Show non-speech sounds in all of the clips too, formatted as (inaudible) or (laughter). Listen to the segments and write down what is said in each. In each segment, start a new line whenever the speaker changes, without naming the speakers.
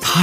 他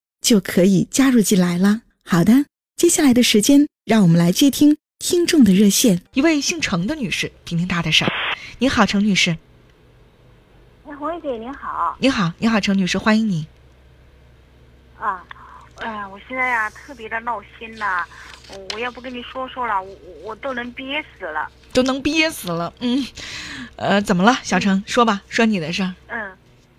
就可以加入进来了。好的，接下来的时间，让我们来接听听众的热线。
一位姓程的女士，听听她的事儿。你好，程女士。
哎，红玉姐您好
你好，你好，程女士，欢迎你。
啊，哎、呀，我现在呀、特别的闹心呐、我我要不跟你说说了，我我我都能憋死了。
都能憋死了，嗯，呃，怎么了，小程？说吧，说你的事儿。
嗯，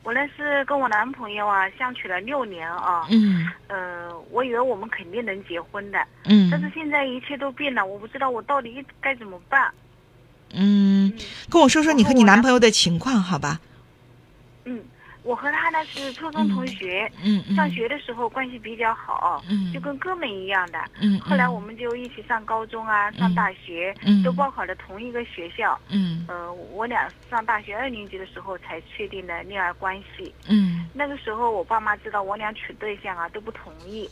我那是跟我男朋友啊相处了六年啊，
嗯
呃，我以为我们肯定能结婚的，但是
嗯
现在一切都变了，我不知道我到底该怎么办。
嗯，
嗯
跟我说说你和你男朋友的情况，好吧？
嗯，我和他呢是初中同学，
嗯嗯。
上学的时候关系比较好，
嗯，
就跟哥们一样的。
嗯，嗯
后来我们就一起上高中啊，上大学，
嗯
都报考了同一个学校。
嗯
呃，我俩上大学二年级的时候才确定的恋爱关系。
嗯
那个时候我爸妈知道我俩处对象啊都不同意，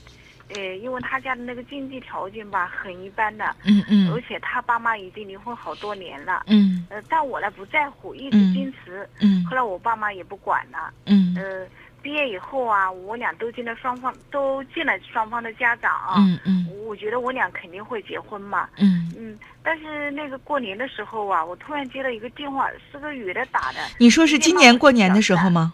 呃，因为他家的那个经济条件吧很一般的，
嗯
而
嗯
且他爸妈已经离婚好多年了。
嗯
呃，但我呢不在乎，一直
嗯
坚持。
嗯
后来我爸妈也不管了。
嗯
呃，毕业以后啊，我俩都进了双方都见了双方的家长啊。
嗯嗯
我觉得我俩肯定会结婚嘛。
嗯，
嗯，但是那个过年的时候啊，我突然接了一个电话，是个女的打的。
你说是今年过年的时候吗？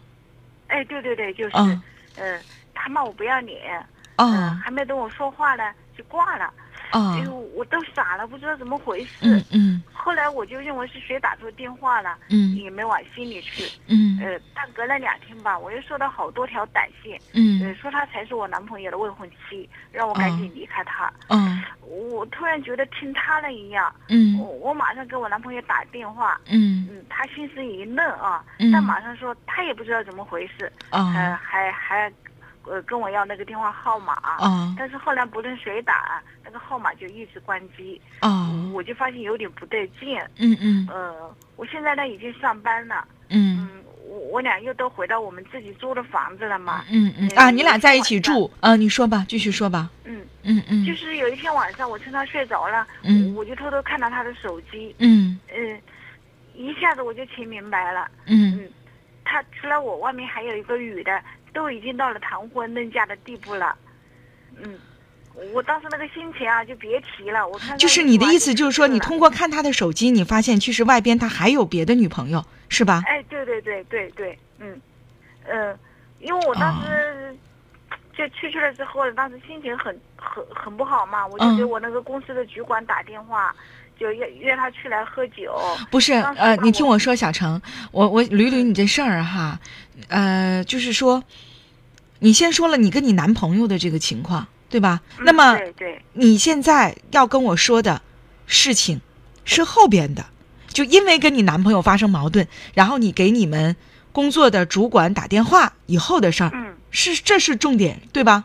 哎，对对对，就是，
嗯
嗯、呃，他骂我不要脸，嗯、
哦
还没等我说话呢，就挂了。哎呦，
哦，
我都傻了，不知道怎么回事。
嗯嗯
后来我就认为是谁打错电话了，
嗯
也没往心里去。
嗯
呃，但隔了两天吧，我又收到好多条短信，呃，
嗯
说他才是我男朋友的未婚妻，让我赶紧离开他。
哦
我突然觉得听他了一样，我
嗯
我马上给我男朋友打电话，
嗯
嗯，他先是一愣啊，
嗯
但马上说他也不知道怎么回事，呃，
哦
还还呃跟我要那个电话号码、
哦
但是后来不论谁打，那个号码就一直关机，
哦，
我就发现有点不对劲，
嗯嗯
呃，我现在呢已经上班了，
嗯
嗯，我我俩又都回到我们自己租的房子了嘛，
嗯嗯啊，你俩在一起住啊？你说吧，继续说吧。
嗯，
嗯
就
嗯
是有一天晚上我趁他睡着了，
嗯
我就偷偷看到他的手机，
嗯
嗯，一下子我就听明白了。
嗯
他除了我，外面还有一个女的，都已经到了谈婚论嫁的地步了。嗯，我当时那个心情啊，就别提了。我看到
就是你的意思，就是说你
那个
通过看他的手机，你发现其实外边他还有别的女朋友，是吧？
哎，对对对对对，嗯，呃，因为我
啊
当时就去去了之后，当时心情很很很不好嘛，我就
嗯
给我那个公司的主管打电话，就约约他去来喝酒。
不是，
当时
呃，
吧
你
我
听我说，小程，我我捋捋你这事儿啊哈，呃，就是说，你先说了你跟你男朋友的这个情况，对吧？那
嗯
么
对对，
你现在要跟我说的事情是后边的，就因为跟你男朋友发生矛盾，然后你给你们工作的主管打电话以后的事儿，
嗯，
是这是重点，对吧？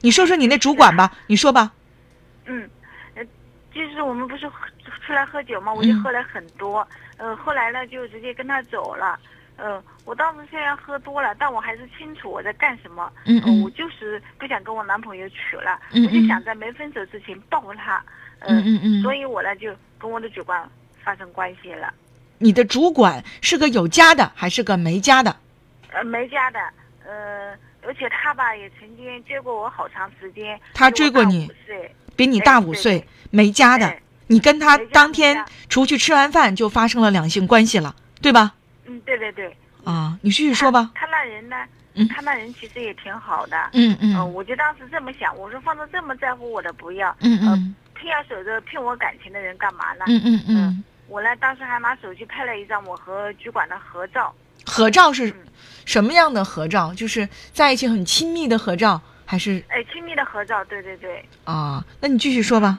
你说说你那主管吧，你说吧，
嗯，呃，就是我们不是喝出来喝酒嘛，我就
嗯
喝了很多，呃，后来呢就直接跟他走了。呃，我当时虽然喝多了，但我还是清楚我在干什么。
嗯
呃我
嗯
就是不想跟我男朋友处了，
嗯
我就
嗯
想在没分手之前报复他。呃、
嗯嗯嗯，
所以我呢就跟我的主管发生关系了。
你的主管是个有家的还是个没家的？
呃，没家的，呃，而且他吧也曾经追过我好长时间。
他
比我
追过
大
你
五岁，
比你大
哎
五
对
岁，没家的
哎，
你跟他
没家
当
没
天
家
出去吃完饭就发生了两性关系了，对吧？
嗯，对对对。
啊，你继续说吧。
他那人呢，
嗯
他那人其实也挺好的。
嗯嗯
呃我就当时这么想，我说放到这么在乎我的不要，
嗯
呃
嗯
偏要守着骗我感情的人干嘛呢？
嗯嗯嗯，
我呢，当时还拿手机拍了一张我和主管的合照，
合照是
嗯
什么样的合照？就是在一起很亲密的合照，还是
哎，亲密的合照，对对对。
啊？那你继续说吧。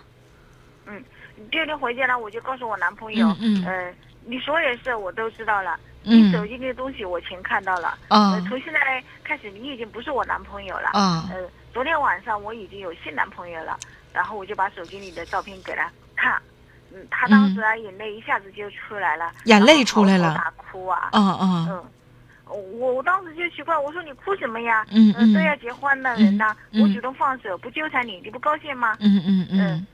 第二天回家呢，我就告诉我男朋友，
嗯嗯
呃，你所有事我都知道了，你手
嗯
机那些东西我全看到了，
啊
呃，从现在开始你已经不是我男朋友了，
啊
呃，昨天晚上我已经有新男朋友了，然后我就把手机里的照片给他看，嗯，他当时啊、眼泪一下子就出来了，
眼泪
然后
出来了
嚎啕大哭啊，
啊啊！
嗯，我我当时就奇怪，我说你哭什么呀？
嗯
呃
嗯
都要结婚的人呐，
嗯嗯
我主动放手不纠缠你，你不高兴吗？
嗯嗯嗯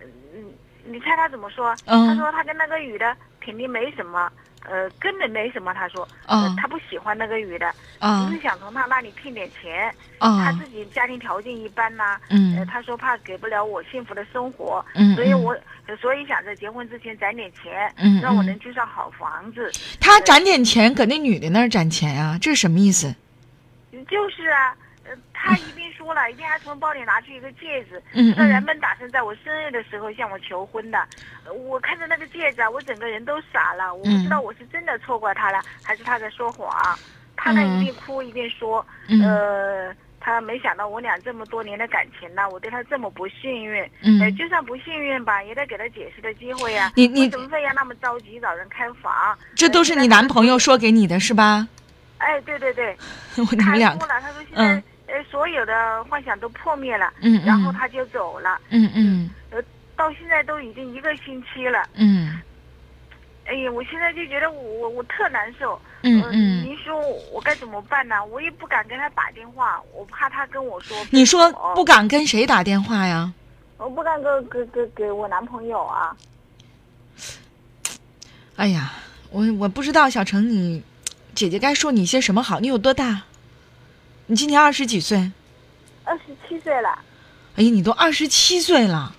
嗯，你猜他怎么说？
嗯
他说他跟那个女的肯定没什么，呃，根本没什么。他说，
啊
呃他不喜欢那个女的，
啊
只是想从他那里骗点钱。他
啊
自己家庭条件一般呐、呃，
嗯
他说怕给不了我幸福的生活，
嗯，
所以我呃所以想着结婚之前攒点钱，
嗯
让我
嗯
能居上好房子。
他攒点钱搁那女的那儿攒钱啊，这是什么意思？
就是啊，呃，他一边说了，一边还从包里拿出一个戒指，
嗯
那原
嗯
本打算在我生日的时候向我求婚的。呃我看着那个戒指啊，我整个人都傻了，我不
嗯
知道我是真的错怪他了，还是他在说谎。他那
嗯
一边哭一边说，
嗯
呃，他没想到我俩这么多年的感情呢、我对他这么不幸运。呃，
嗯
就算不幸运吧，也得给他解释的机会呀、
你你
为什么非要那么着急找人开房？呃
这都是你男朋友说给你的是吧？
哎，对对对，
我 (laughs) 你
他
们两
说
个，
了，他说现
嗯
在呃所有的幻想都破灭了，
嗯
然后
嗯
他就走了，
嗯嗯
呃到现在都已经一个星期了。
嗯
哎呀，我现在就觉得我我我特难受，
嗯
呃
嗯，
您说我该怎么办呢？我也不敢跟他打电话，我怕他跟我说分手。
你说
哦
不敢跟谁打电话呀？
我不敢给给给给我男朋友啊。
哎呀，我我不知道小程你，姐姐该说你些什么好？你有多大？你今年二十几岁？
二十七岁了，
哎呀，你都二十七岁了，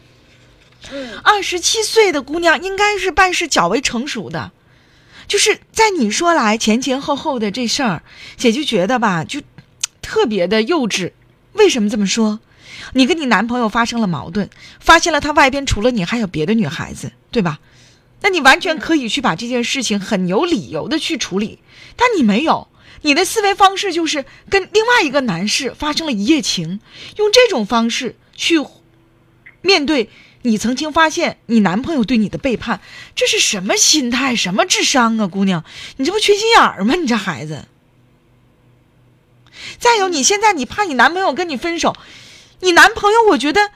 嗯，
二十七岁的姑娘应该是办事较为成熟的，就是在你说来前前后后的这事儿，姐就觉得吧，就特别的幼稚。为什么这么说？你跟你男朋友发生了矛盾，发现了他外边除了你还有别的女孩子，对吧？那你完全可以去把这件事情很有理由的去处理，但你没有，你的思维方式就是跟另外一个男士发生了一夜情，用这种方式去面对你曾经发现你男朋友对你的背叛，这是什么心态？什么智商啊，姑娘，你这不缺心眼儿吗？你这孩子。再有，你现在你怕你男朋友跟你分手，你男朋友，我觉得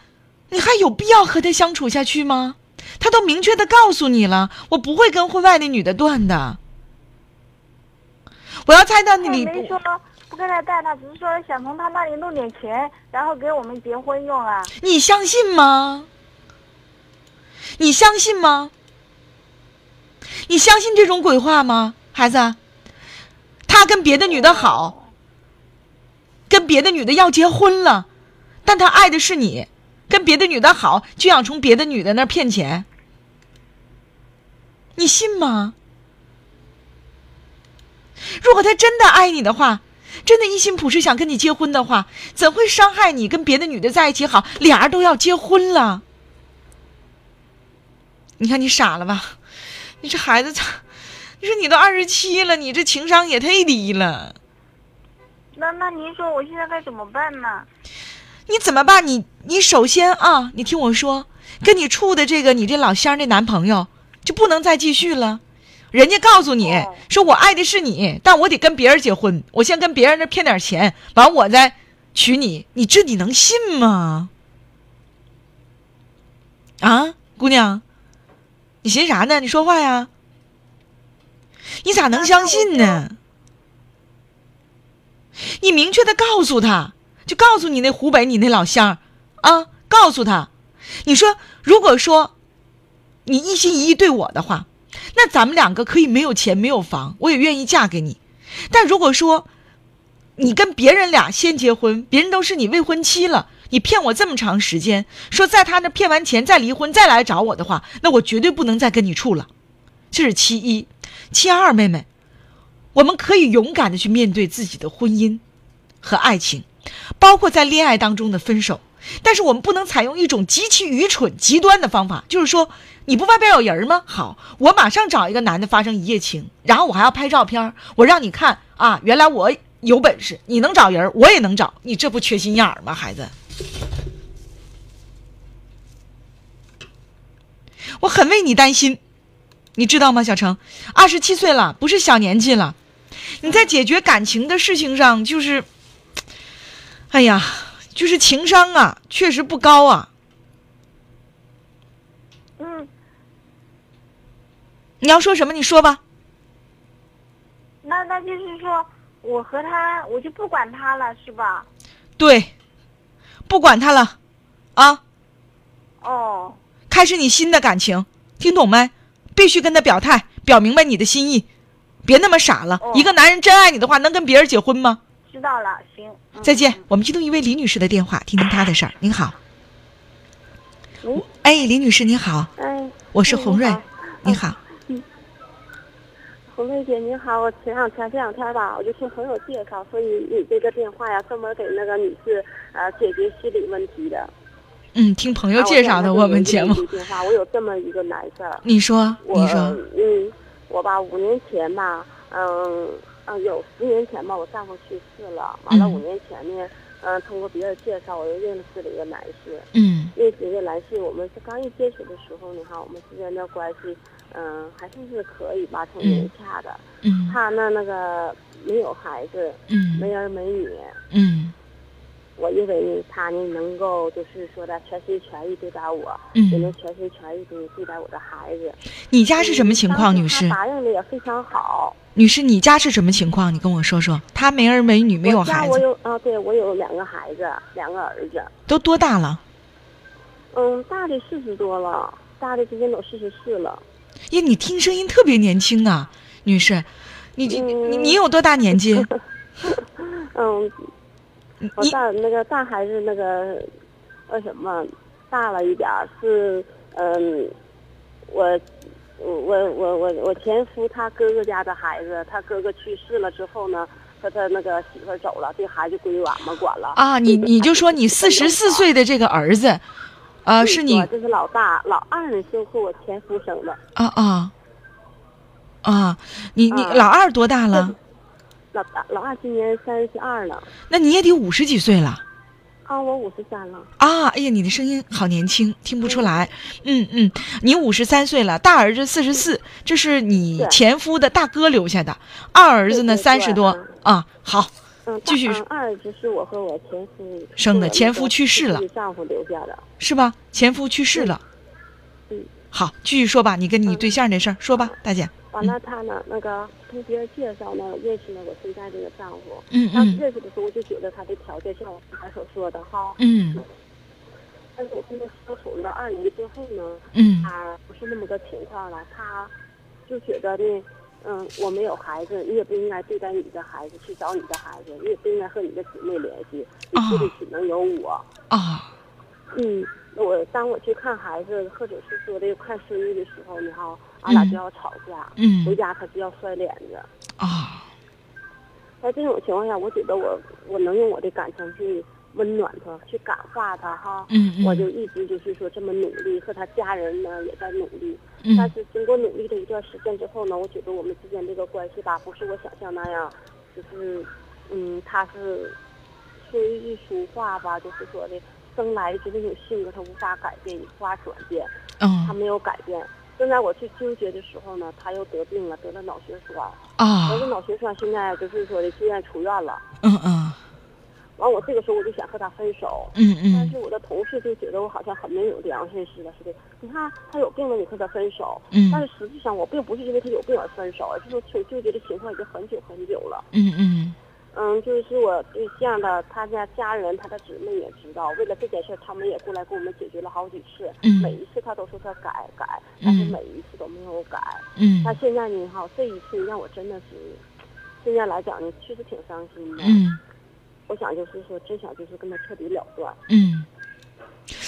你还有必要和他相处下去吗？他都明确的告诉你了，我不会跟婚外那女的断的。我要猜到
他
你，
也哎没说不跟他带他，只是说想从他那里弄点钱，然后给我们结婚用啊。
你相信吗？你相信吗？你相信这种鬼话吗，孩子？他跟别的女的好，跟别的女的要结婚了，但他爱的是你，跟别的女的好，就想从别的女的那儿骗钱，你信吗？如果他真的爱你的话，真的一心朴实想跟你结婚的话，怎会伤害你跟别的女的在一起好？俩人都要结婚了，你看你傻了吧？你这孩子，你说你都二十七了，你这情商也太低了，
那那您说我现在该怎么办呢？
你怎么办？你你首先啊，你听我说，跟你处的这个你这老乡这男朋友就不能再继续了。人家告诉你
哦
说，我爱的是你，但我得跟别人结婚，我先跟别人那骗点钱，完我再娶你，你这你能信吗？啊，姑娘，你寻啥呢？你说话呀！你咋能相信呢？你明确的告诉他，就告诉你那湖北你那老乡儿啊，告诉他，你说如果说你一心一意对我的话，那咱们两个可以没有钱没有房，我也愿意嫁给你。但如果说你跟别人俩先结婚，别人都是你未婚妻了，你骗我这么长时间，说在他那骗完钱再离婚再来找我的话，那我绝对不能再跟你处了。这是其一，其二，妹妹，我们可以勇敢的去面对自己的婚姻，和爱情，包括在恋爱当中的分手。但是我们不能采用一种极其愚蠢、极端的方法，就是说，你不外边有人吗？好，我马上找一个男的发生一夜情，然后我还要拍照片儿，我让你看啊，原来我有本事，你能找人，我也能找，你这不缺心眼儿吗，孩子？我很为你担心，你知道吗，小程？二十七岁了，不是小年纪了，你在解决感情的事情上，就是，哎呀，就是情商啊，确实不高啊。
嗯，
你要说什么，你说吧。
那那就是说我和他，我就不管他了，是吧？
对，不管他了，啊，
哦，
开始你新的感情，听懂没？必须跟他表态，表明白你的心意，别那么傻了。
哦
一个男人真爱你的话，能跟别人结婚吗？
知道了，行。嗯
再见。。我们接通一位李女士的电话，听听她的事儿。您好，
喂，
哎，李女士您好，
嗯哎，
我是红瑞
嗯，
您好，
红瑞姐您好，我前两天这两天吧，我就听朋友介绍，说你你这个电话呀，专门给那个女士呃解决心理问题的。
嗯，听朋友介绍的我们节目
啊。我这两天就有一个电话，我有这么一个难事儿。
你说，
我
你说，
嗯，我吧五年前吧，嗯嗯，有十年前吧，我丈夫去世了，完了
嗯
五年前呢，嗯，通过别人介绍，我又认识了一个男士。
嗯
认识一个男性，我们是刚一接触的时候，你看我们之间的关系，嗯、还算是可以吧，挺融洽的。
嗯
他呢，那个没有孩子，没
嗯
儿没女，
嗯
我认为他呢能够就是说的全心全意对待我，也能
嗯，
全心全意对对待我的孩子。
你家是什么情况，
嗯
女士
当时？他答应的也非常好。
女士，你家是什么情况？你跟我说说。她没儿没女，没有
我家
孩
我
子，
有啊，对我有两个孩子，两个儿子。
都多大了？
嗯，大的四十多了，大的今年都四十四了。
耶，你听声音特别年轻啊，女士，你你你你有多大年
(laughs)
纪？
嗯，
你
我大那个大孩子那个那什么大了一点儿是嗯，我我我我我我前夫他哥哥家的孩子，他哥哥去世了之后呢，和他那个媳妇儿走了，这孩子归我们管了。
啊，你你就说你四十四岁的这个儿子，呃，是你
我这是老大，老二呢就是我前夫生的，
啊啊啊，你你
啊
老二多大
(laughs)
了？
老大老二今年三十二了，
那你也得五十几岁了。
啊，我五十三了，
啊，哎呀，你的声音好年轻，听不出来。嗯嗯，你五十三岁了，大儿子四十四，这是你
对
前夫的大哥留下的。二儿子呢，
对对
三
对
十多啊。好，
嗯，
继续
大嗯二就是我和我前夫
生的
是我
前
那个
夫去世了
逝丈夫留下的。
是吧？前夫去世了
嗯。
好，继续说吧，你跟你
嗯
对象这事儿说吧，大姐。
完了，他呢，啊那个通过别人介绍呢，认识了我现在这个丈夫。
嗯
当时
嗯
认识的时候，我就觉得他的条件像我刚才所说的哈。
嗯
但是我跟他相处了二年之后呢，
嗯
他不是那么个情况了。他就觉得呢，嗯，我没有孩子，你也不应该对待你的孩子，去找你的孩子，你也不应该和你的姊妹联系，你
啊
这里只能有我。
啊
嗯，那我当我去看孩子，或者是说的看孙女的时候，你哈，俺俩
嗯
就要吵架，回
嗯
家他就要摔脸子。
啊
在这种情况下，我觉得我我能用我的感情去温暖他，去感化他哈。
嗯嗯
我就一直就是说这么努力，和他家人呢也在努力。但
嗯
是经过努力的一段时间之后呢，我觉得我们之间这个关系吧，不是我想象那样，就是嗯，他是说一句俗话吧，就是说的生来就这种性格，他无法改变，也无法转变，他
嗯
没有改变。正在我去纠结的时候呢，他又得病了，得了脑血栓。
啊
得了脑血栓，现在就是说的住院出院了。
嗯嗯
完，我这个时候我就想和他分手，
嗯
但
嗯
是我的同事就觉得我好像很没有良心似的，似的。你看他有病了，你和他分手，
嗯
但是实际上我并不是因为他有病而分手，而是说纠纠结的情况已经很久很久了。
嗯嗯
嗯，就是我对象的他家家人，他的姊妹也知道，为了这件事，他们也过来给我们解决了好几次，
嗯
每一次他都说他改改，但是
嗯
每一次都没有改。
嗯
他现在呢，哈，这一次让我真的是，现在来讲呢，确实挺伤心的。
嗯。
我想就是说，真想就是跟他彻底了断。
嗯，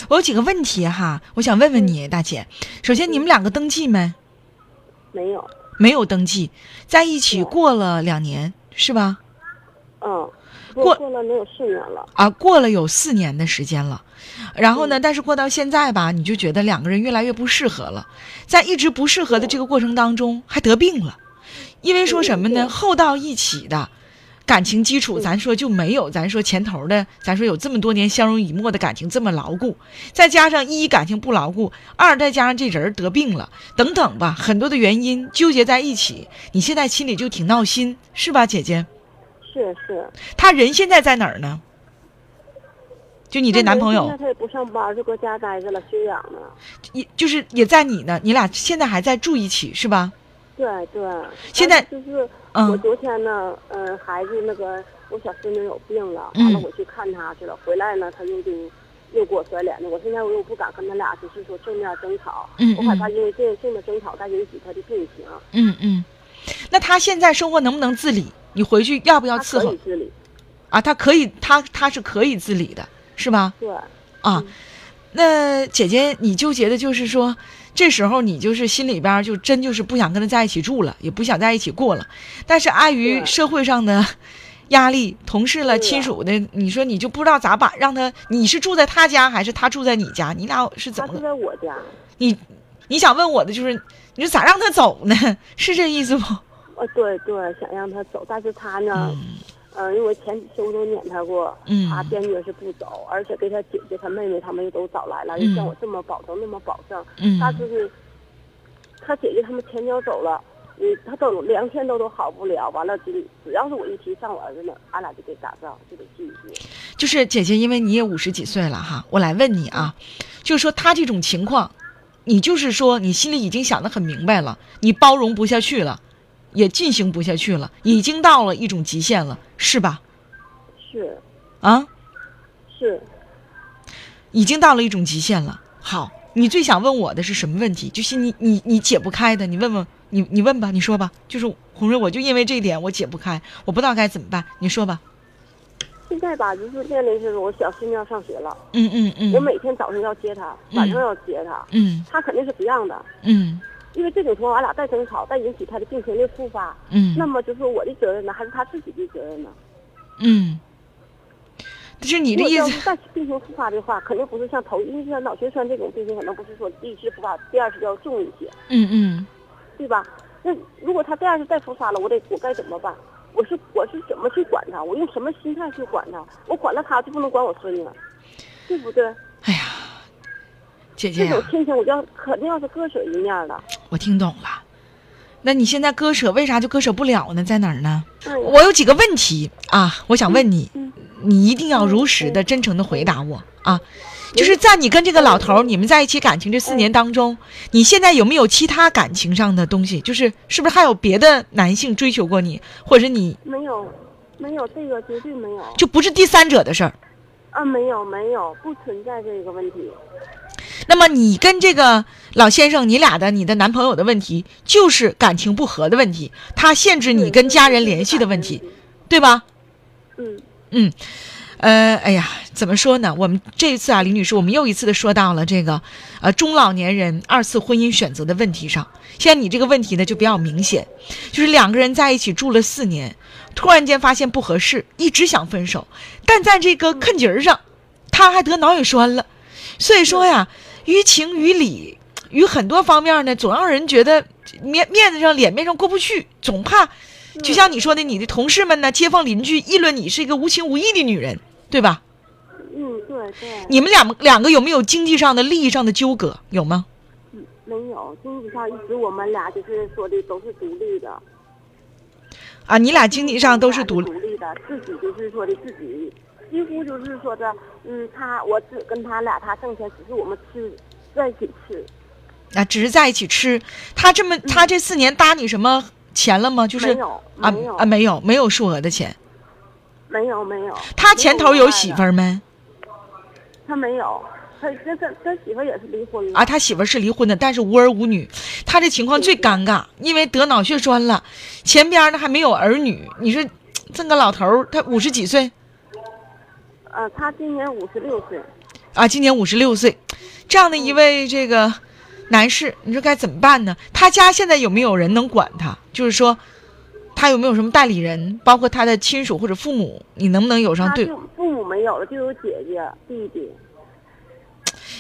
我有几个问题哈，我想问问你，大姐。首先，你们两个登记没？
没有，
没有登记，在一起
对
过了两年是吧？
嗯，过
过
过了能有四年了，
啊，过了有四年的时间了，然后
嗯
呢，但是过到现在吧，你就觉得两个人越来越不适合了，在一直不适合的这个过程当中，还得病了，因为说什么呢？
嗯对
后到一起的感情基础，
嗯
咱说就没有咱说前头的，咱说有这么多年相濡以沫的感情这么牢固，再加上一感情不牢固，二再加上这人儿得病了，等等吧，很多的原因纠结在一起，你现在心里就挺闹心，是吧，姐姐？
是是。
他人现在在哪儿呢？就你
你
这男朋
现在
友，
他也不上班，就搁家待着了，休养呢。
也就是也在你呢，你俩现在还在住一起是吧？
对对。
现在
但是就是我
嗯
昨天呢，嗯、孩子那个我小孙女有病了，
嗯
完了我去看她去了，回来呢，她又就又给我甩脸了。我现在我又不敢跟他俩就是说正面争吵，
嗯
我害
嗯
怕因为这这么争吵，再引起他的病情。
嗯嗯。那他现在生活能不能自理？你回去要不要
他
伺
可
候
以自理，
啊？他可以，他他是可以自理的，是吧？
对，
啊
嗯，
那姐姐，你纠结的就是说，这时候你就是心里边儿就真就是不想跟他在一起住了，也不想在一起过了，但是碍于
对
社会上的压力、同事了、
对
亲属的，你说你就不知道咋办，让他你是住在他家还是他住在你家？你俩是怎
他
么
住
了？
在我家。
你你想问我的就是，你说咋让他走呢？ (laughs) 是这意思不？
呃，对对，想让他走，但是他呢，
嗯
嗯、因为我前几期我都撵他过，
嗯
他坚决是不走，而且给他姐姐、他妹妹他们又都找来了，又
嗯
像我这么保证那么保证，他就
嗯
是他姐姐他们前脚走了，嗯，他都两天都都好不了，完了就只要是我一提上我儿子呢，俺俩就得打仗，就得继续。
就是姐姐，因为你也五十几岁了哈，我来问你啊，就是说他这种情况，你就是说你心里已经想得很明白了，你包容不下去了，也进行不下去了，已经到了一种极限了，是吧？
是
啊，
是，
已经到了一种极限了。好，你最想问我的是什么问题？就是你你你解不开的，你问问你你问吧，你说吧。就是红瑞，我就因为这一点我解不开，我不知道该怎么办，你说吧。
现在吧，就是面临是我小孙女要上学了，
嗯嗯嗯，
我每天早上要接她，晚上要接她，
嗯
她肯定是不让的。
嗯
因为这种情况，俺俩再争吵，再引起他的病情的复发，
嗯，
那么就是我的责任呢，还是他自己的责任呢？
嗯，就是你
你
的意
要
思
是再病情复发的话，肯定不是像头，因为像脑血栓这种病情，可能不是说第一次复发，第二次就要重一些，
嗯嗯
对吧？那如果他第二次再复发了，我得我该怎么办？我是我是怎么去管他？我用什么心态去管他？我管了他就不能管我孙女了，对不对？
哎呀，姐姐
这
呀、
种亲情，我要肯定要是割舍一面的。
我听懂了。那你现在割舍，为啥就割舍不了呢？在哪儿呢？
哎呀
我有几个问题啊，我想问你，
嗯
你一定要如实的、真诚的回答我啊。就是在你跟这个老头儿，你们在一起感情这四年当中，你现在有没有其他感情上的东西？就是是不是还有别的男性追求过你，或者是你
没有，没有这个绝对没有
就不是第三者的事儿？
啊，没有没有，不存在这个问题。
那么你跟这个老先生，你俩的你的男朋友的问题，就是感情不和的问题，他限制你跟家人联系的问题，对吧？
嗯，
嗯，呃，哎呀，怎么说呢？我们这一次啊，林女士，我们又一次的说到了这个，呃，中老年人二次婚姻选择的问题上。现在你这个问题呢就比较明显，就是两个人在一起住了四年，突然间发现不合适，一直想分手，但在这个坎节儿上，他还得脑血栓了。所以说呀，于情于理，于很多方面呢，总让人觉得面面子上、脸面上过不去，总怕就像你说的，你的同事们呢、街坊邻居议论你是一个无情无义的女人，对吧？
嗯，对对，
你们两两个有没有经济上的、利益上的纠葛？有吗？
嗯没有经济上一直我们俩就是说的都是独立的，
啊，你俩经济上都是
独
独立，
立的，自己就是说的自己，几乎就是说的，嗯，他我只跟他俩他挣钱，只是我们吃在一起吃，
啊，只是在一起吃。他这么，他这四年搭你什么钱了吗？就是
嗯没有
啊
没有
啊，没有没有数额的钱。
没有没有，
他前头
没有
有媳妇儿没？
他没有，他这这他媳妇儿也是离婚了
啊，，他媳妇儿是离婚的，但是无儿无女，他这情况最尴尬，因为得脑血栓了，前边呢还没有儿女。你说这个老头儿，他五十几岁，
呃，他今年五十六岁，
啊，今年五十六岁，这样的一位这个男士，你说该怎么办呢？他家现在有没有人能管他？就是说，他有没有什么代理人，包括他的亲属或者父母，你能不能有上
他
对？
就父母没有了，就有姐姐、弟弟。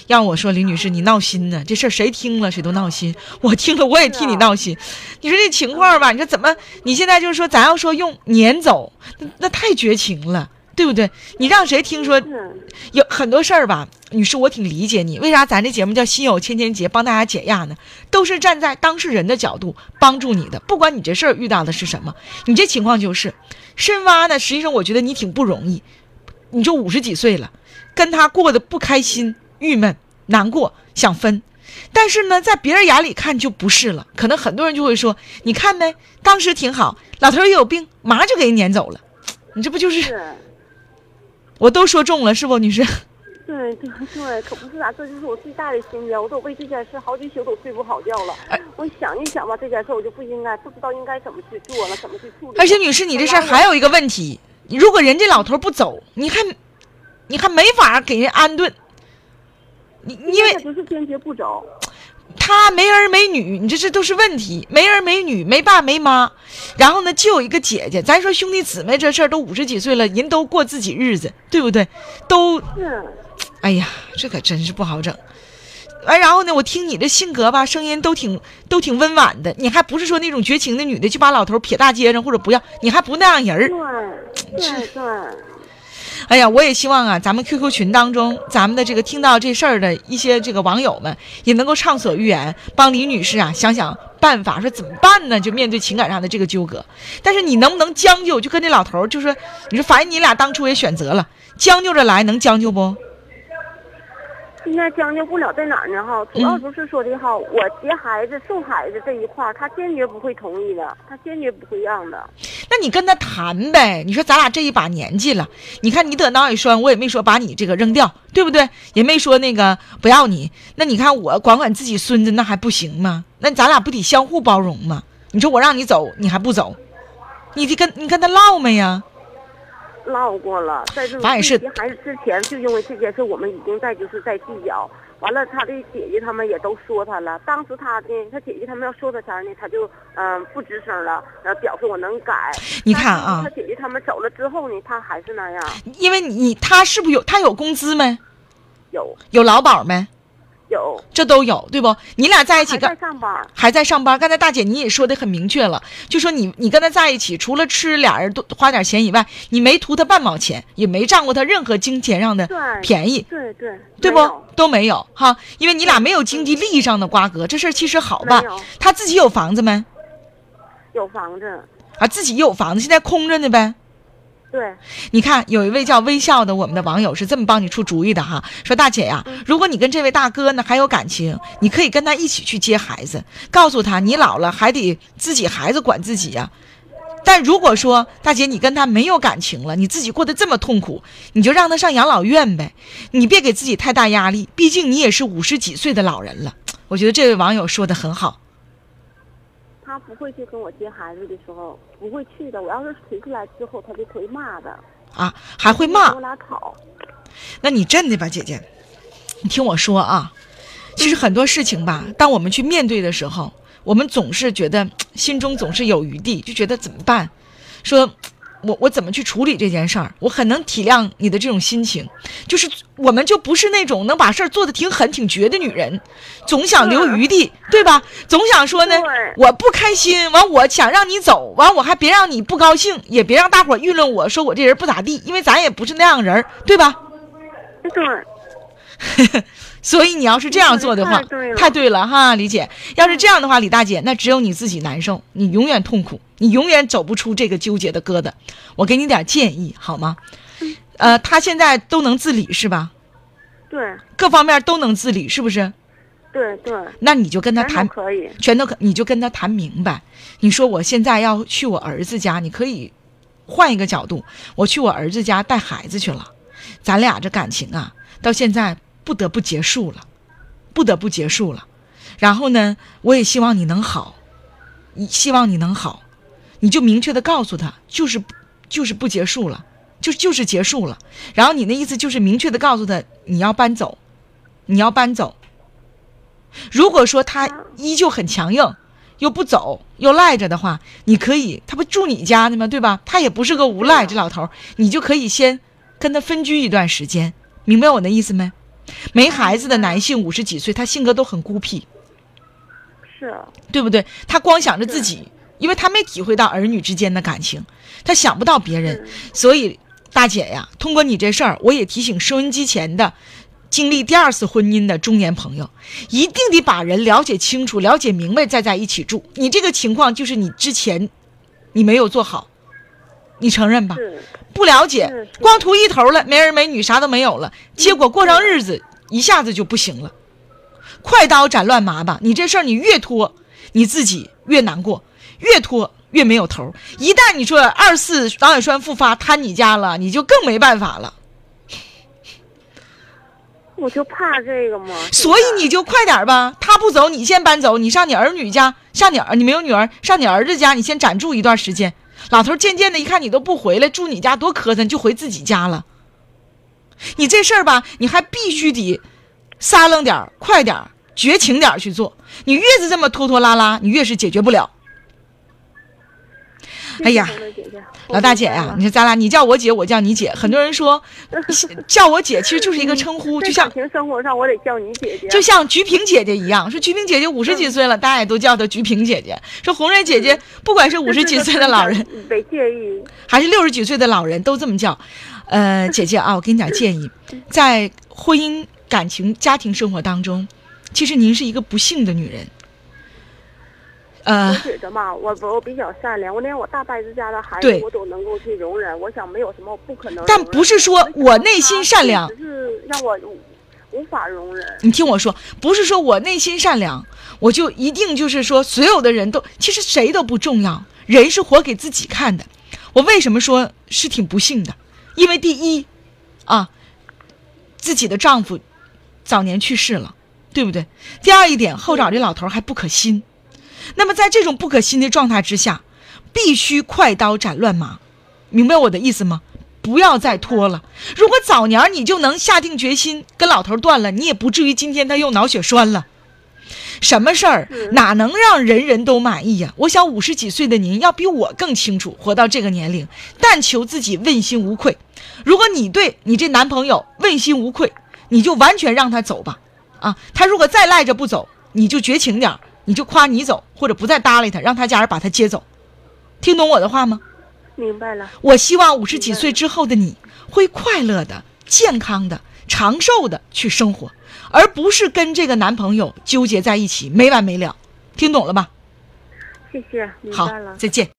要我说，林女士，你闹心呢，这事儿谁听了谁都闹心，我听了我也替你闹心。你说这情况吧，你说怎么？你现在就是说，咱要说用撵走，那那太绝情了，对不对？你让谁听说
嗯，
有很多事儿吧，女士，我挺理解你。为啥咱这节目叫“心有千千结”，帮大家解压呢？都是站在当事人的角度帮助你的。不管你这事儿遇到的是什么，你这情况就是深挖呢。实际上，我觉得你挺不容易。你就五十几岁了，跟他过得不开心、郁闷、难过，想分。但是呢，在别人眼里看就不是了。可能很多人就会说：“你看呗，当时挺好，老头儿也有病，马上就给人撵走了。”你这不就是
是，
我都说中了是不，女士？
对对对，可不是咋、这就是我最大的心结，我都为这件事好几宿都睡不好觉了。
哎
我想一想吧，这件事我就不应该，不知道应该怎么去做了，怎哎么去处理。
而且，女士，你这事儿还有一个问题，如果人家老头不走，你还你还没法给人安顿，你因
他
为
就是坚决不走。
他没儿没女，你这这都是问题，没儿没女，没爸没妈，然后呢，就有一个姐姐，咱说兄弟姊妹这事儿都五十几岁了，人都过自己日子，对不对？都
是，
哎呀，这可真是不好整。完，然后呢，我听你这性格吧，声音都挺都挺温婉的，你还不是说那种绝情的女的就把老头撇大街上或者不要，你还不那样人儿
对。对对。
哎呀，我也希望啊，咱们 QQ 群当中，咱们的这个听到这事儿的一些这个网友们，也能够畅所欲言，帮李女士啊想想办法，说怎么办呢？就面对情感上的这个纠葛。但是你能不能将就？就跟这老头儿，就是你说，反正你俩当初也选择了，将就着来，能将就不？
现在将就不了在哪儿呢？哈，主
嗯
要就是说的哈，我接孩子、送孩子这一块儿，他坚决不会同意的，他坚决不会让的。
那你跟他谈呗。你说咱俩这一把年纪了，你看你得脑血栓，我也没说把你这个扔掉，对不对？也没说那个不要你。那你看我管管自己孙子，那还不行吗？那咱俩不得相互包容吗？你说我让你走，你还不走，你得跟你跟他唠没呀？
唠过了，在这种
反正是
提孩子之前，就因为这件事，我们已经在就是在计较。完了，他的姐姐他们也都说他了。当时他呢，他姐姐他们要说他前儿呢，他就嗯、不吱声了，然后表示我能改。
你看啊
但是他姐姐他们走了之后呢，他还是那样。
因为你他是不是有他有工资没？
有
有劳保没？
有，
这都有，对不？你俩在一起
还
干
在上班儿。
还在上班。刚才大姐你也说的很明确了，就说你你跟他在一起，除了吃俩人多花点钱以外，你没图他半毛钱，也没占过他任何金钱上的
对
便宜，
对对，
对
没
不
有？
都没有哈，因为你俩没有经济利益上的瓜葛，这事儿其实好办
没有。
他自己有房子没？
有房子，
啊，自己有房子，现在空着呢呗。
对。
你看，有一位叫微笑的我们的网友是这么帮你出主意的哈，说大姐呀、如果你跟这位大哥呢还有感情，你可以跟他一起去接孩子，告诉他你老了还得自己孩子管自己呀、但如果说大姐你跟他没有感情了，你自己过得这么痛苦，你就让他上养老院呗，你别给自己太大压力，毕竟你也是五十几岁的老人了。我觉得这位网友说的很好，
他不会去跟我接孩子的时候，不会去的。我要是提出来之后，他就会骂的，
啊，还会骂
跟我俩吵。
那你真的吧，姐姐，你听我说啊，其实很多事情吧，当我们去面对的时候，我们总是觉得心中总是有余地，就觉得怎么办？说我我怎么去处理这件事儿？我很能体谅你的这种心情，就是我们就不是那种能把事儿做得挺狠挺绝的女人，总想留余地，对吧？总想说呢，
对
我不开心，完我想让你走，完我还别让你不高兴，也别让大伙儿议论我说我这人不咋地，因为咱也不是那样人儿，对吧？
对，
所以你要是这样做的话，
太对了
太对了哈，李姐。要是这样的话，李大姐，那只有你自己难受，你永远痛苦，你永远走不出这个纠结的疙瘩。我给你点建议好吗？呃，她现在都能自理是吧？
对，
各方面都能自理是不是？
对，对，
那你就跟她
全都
谈，
可以。
全都可，你就跟他谈明白。你说我现在要去我儿子家，你可以换一个角度，我去我儿子家带孩子去了，咱俩这感情啊，到现在不得不结束了，不得不结束了。然后呢，我也希望你能好，你希望你能好，你就明确的告诉他，就是就是不结束了，就就是结束了。然后你那意思就是明确的告诉他，你要搬走，你要搬走。如果说他依旧很强硬，又不走又赖着的话，你可以，他不住你家呢吗？对吧？他也不是个无赖，这老头儿，你就可以先跟他分居一段时间，明白我的意思没？没孩子的男性五十几岁，他性格都很孤僻，
是啊，
对不对？他光想着自己，因为他没体会到儿女之间的感情，他想不到别
嗯
人，所以大姐呀，通过你这事儿，我也提醒收音机前的经历第二次婚姻的中年朋友，一定得把人了解清楚、了解明白，再在一起住。你这个情况就是你之前你没有做好，你承认吧？
是
不了解
是，嗯是
光图一头了，没儿没女，啥都没有了，结果过上日子一下子就不行了。快刀斩乱麻吧，你这事儿你越拖，你自己越难过，越拖越没有头儿。一旦你说二四脑血栓复发瘫你家了，你就更没办法了。
我就怕这个嘛。
所以你就快点儿吧，他不走，你先搬走，你上你儿女家，上你儿你没有女儿，上你儿子家，你先暂住一段时间。老头儿渐渐的，一看你都不回来，住你家多磕碜，就回自己家了。你这事儿吧，你还必须得撒楞点儿，快点儿，绝情点儿去做。你越是这么拖拖拉拉，你越是解决不了。哎呀，老大姐啊呀、你说咱俩，你叫我姐，我叫你姐。很多人说叫我姐，其实就是一个称呼，
我
就
嗯在
像
感情生活上，我得叫你姐姐。
就像菊萍姐姐一样，说菊萍姐姐五十几岁了，大家也都叫她菊萍姐姐。说红瑞姐
嗯
姐，不管是五十几岁的老
(laughs)
人，
得介意。
还是六十几岁的老人，都这么叫。
(laughs)
呃，姐姐啊，我给你点建议，在婚姻、感情、家庭生活当中，其实您是一个不幸的女人。
我
呃，
觉得嘛，我我比较善良，我连我大伯之家的孩子
对，
我都能够去容忍。我想没有什么不可能容忍。
但不是说我内心善良
只是让我无法容忍。
你听我说，不是说我内心善良，我就一定就是说所有的人都其实谁都不重要，人是活给自己看的。我为什么说是挺不幸的？因为第一，啊，自己的丈夫早年去世了，对不对？第二一点，后找这老头儿还不可心。那么在这种不可心的状态之下，必须快刀斩乱麻，明白我的意思吗？不要再拖了。如果早年儿你就能下定决心跟老头儿断了，你也不至于今天他又脑血栓了。什么事儿哪能让人人都满意呀、我想五十几岁的您要比我更清楚，活到这个年龄，但求自己问心无愧。如果你对你这男朋友问心无愧，你就完全让他走吧。啊，他如果再赖着不走，你就绝情点儿，你就夸你走，或者不再搭理他，让他家人把他接走。听懂我的话吗？
明白了，
我希望五十几岁之后的你会快乐的、健康的、长寿的去生活，而不是跟这个男朋友纠结在一起没完没了。听懂了吧？
谢谢，明
好
白了，。
再见。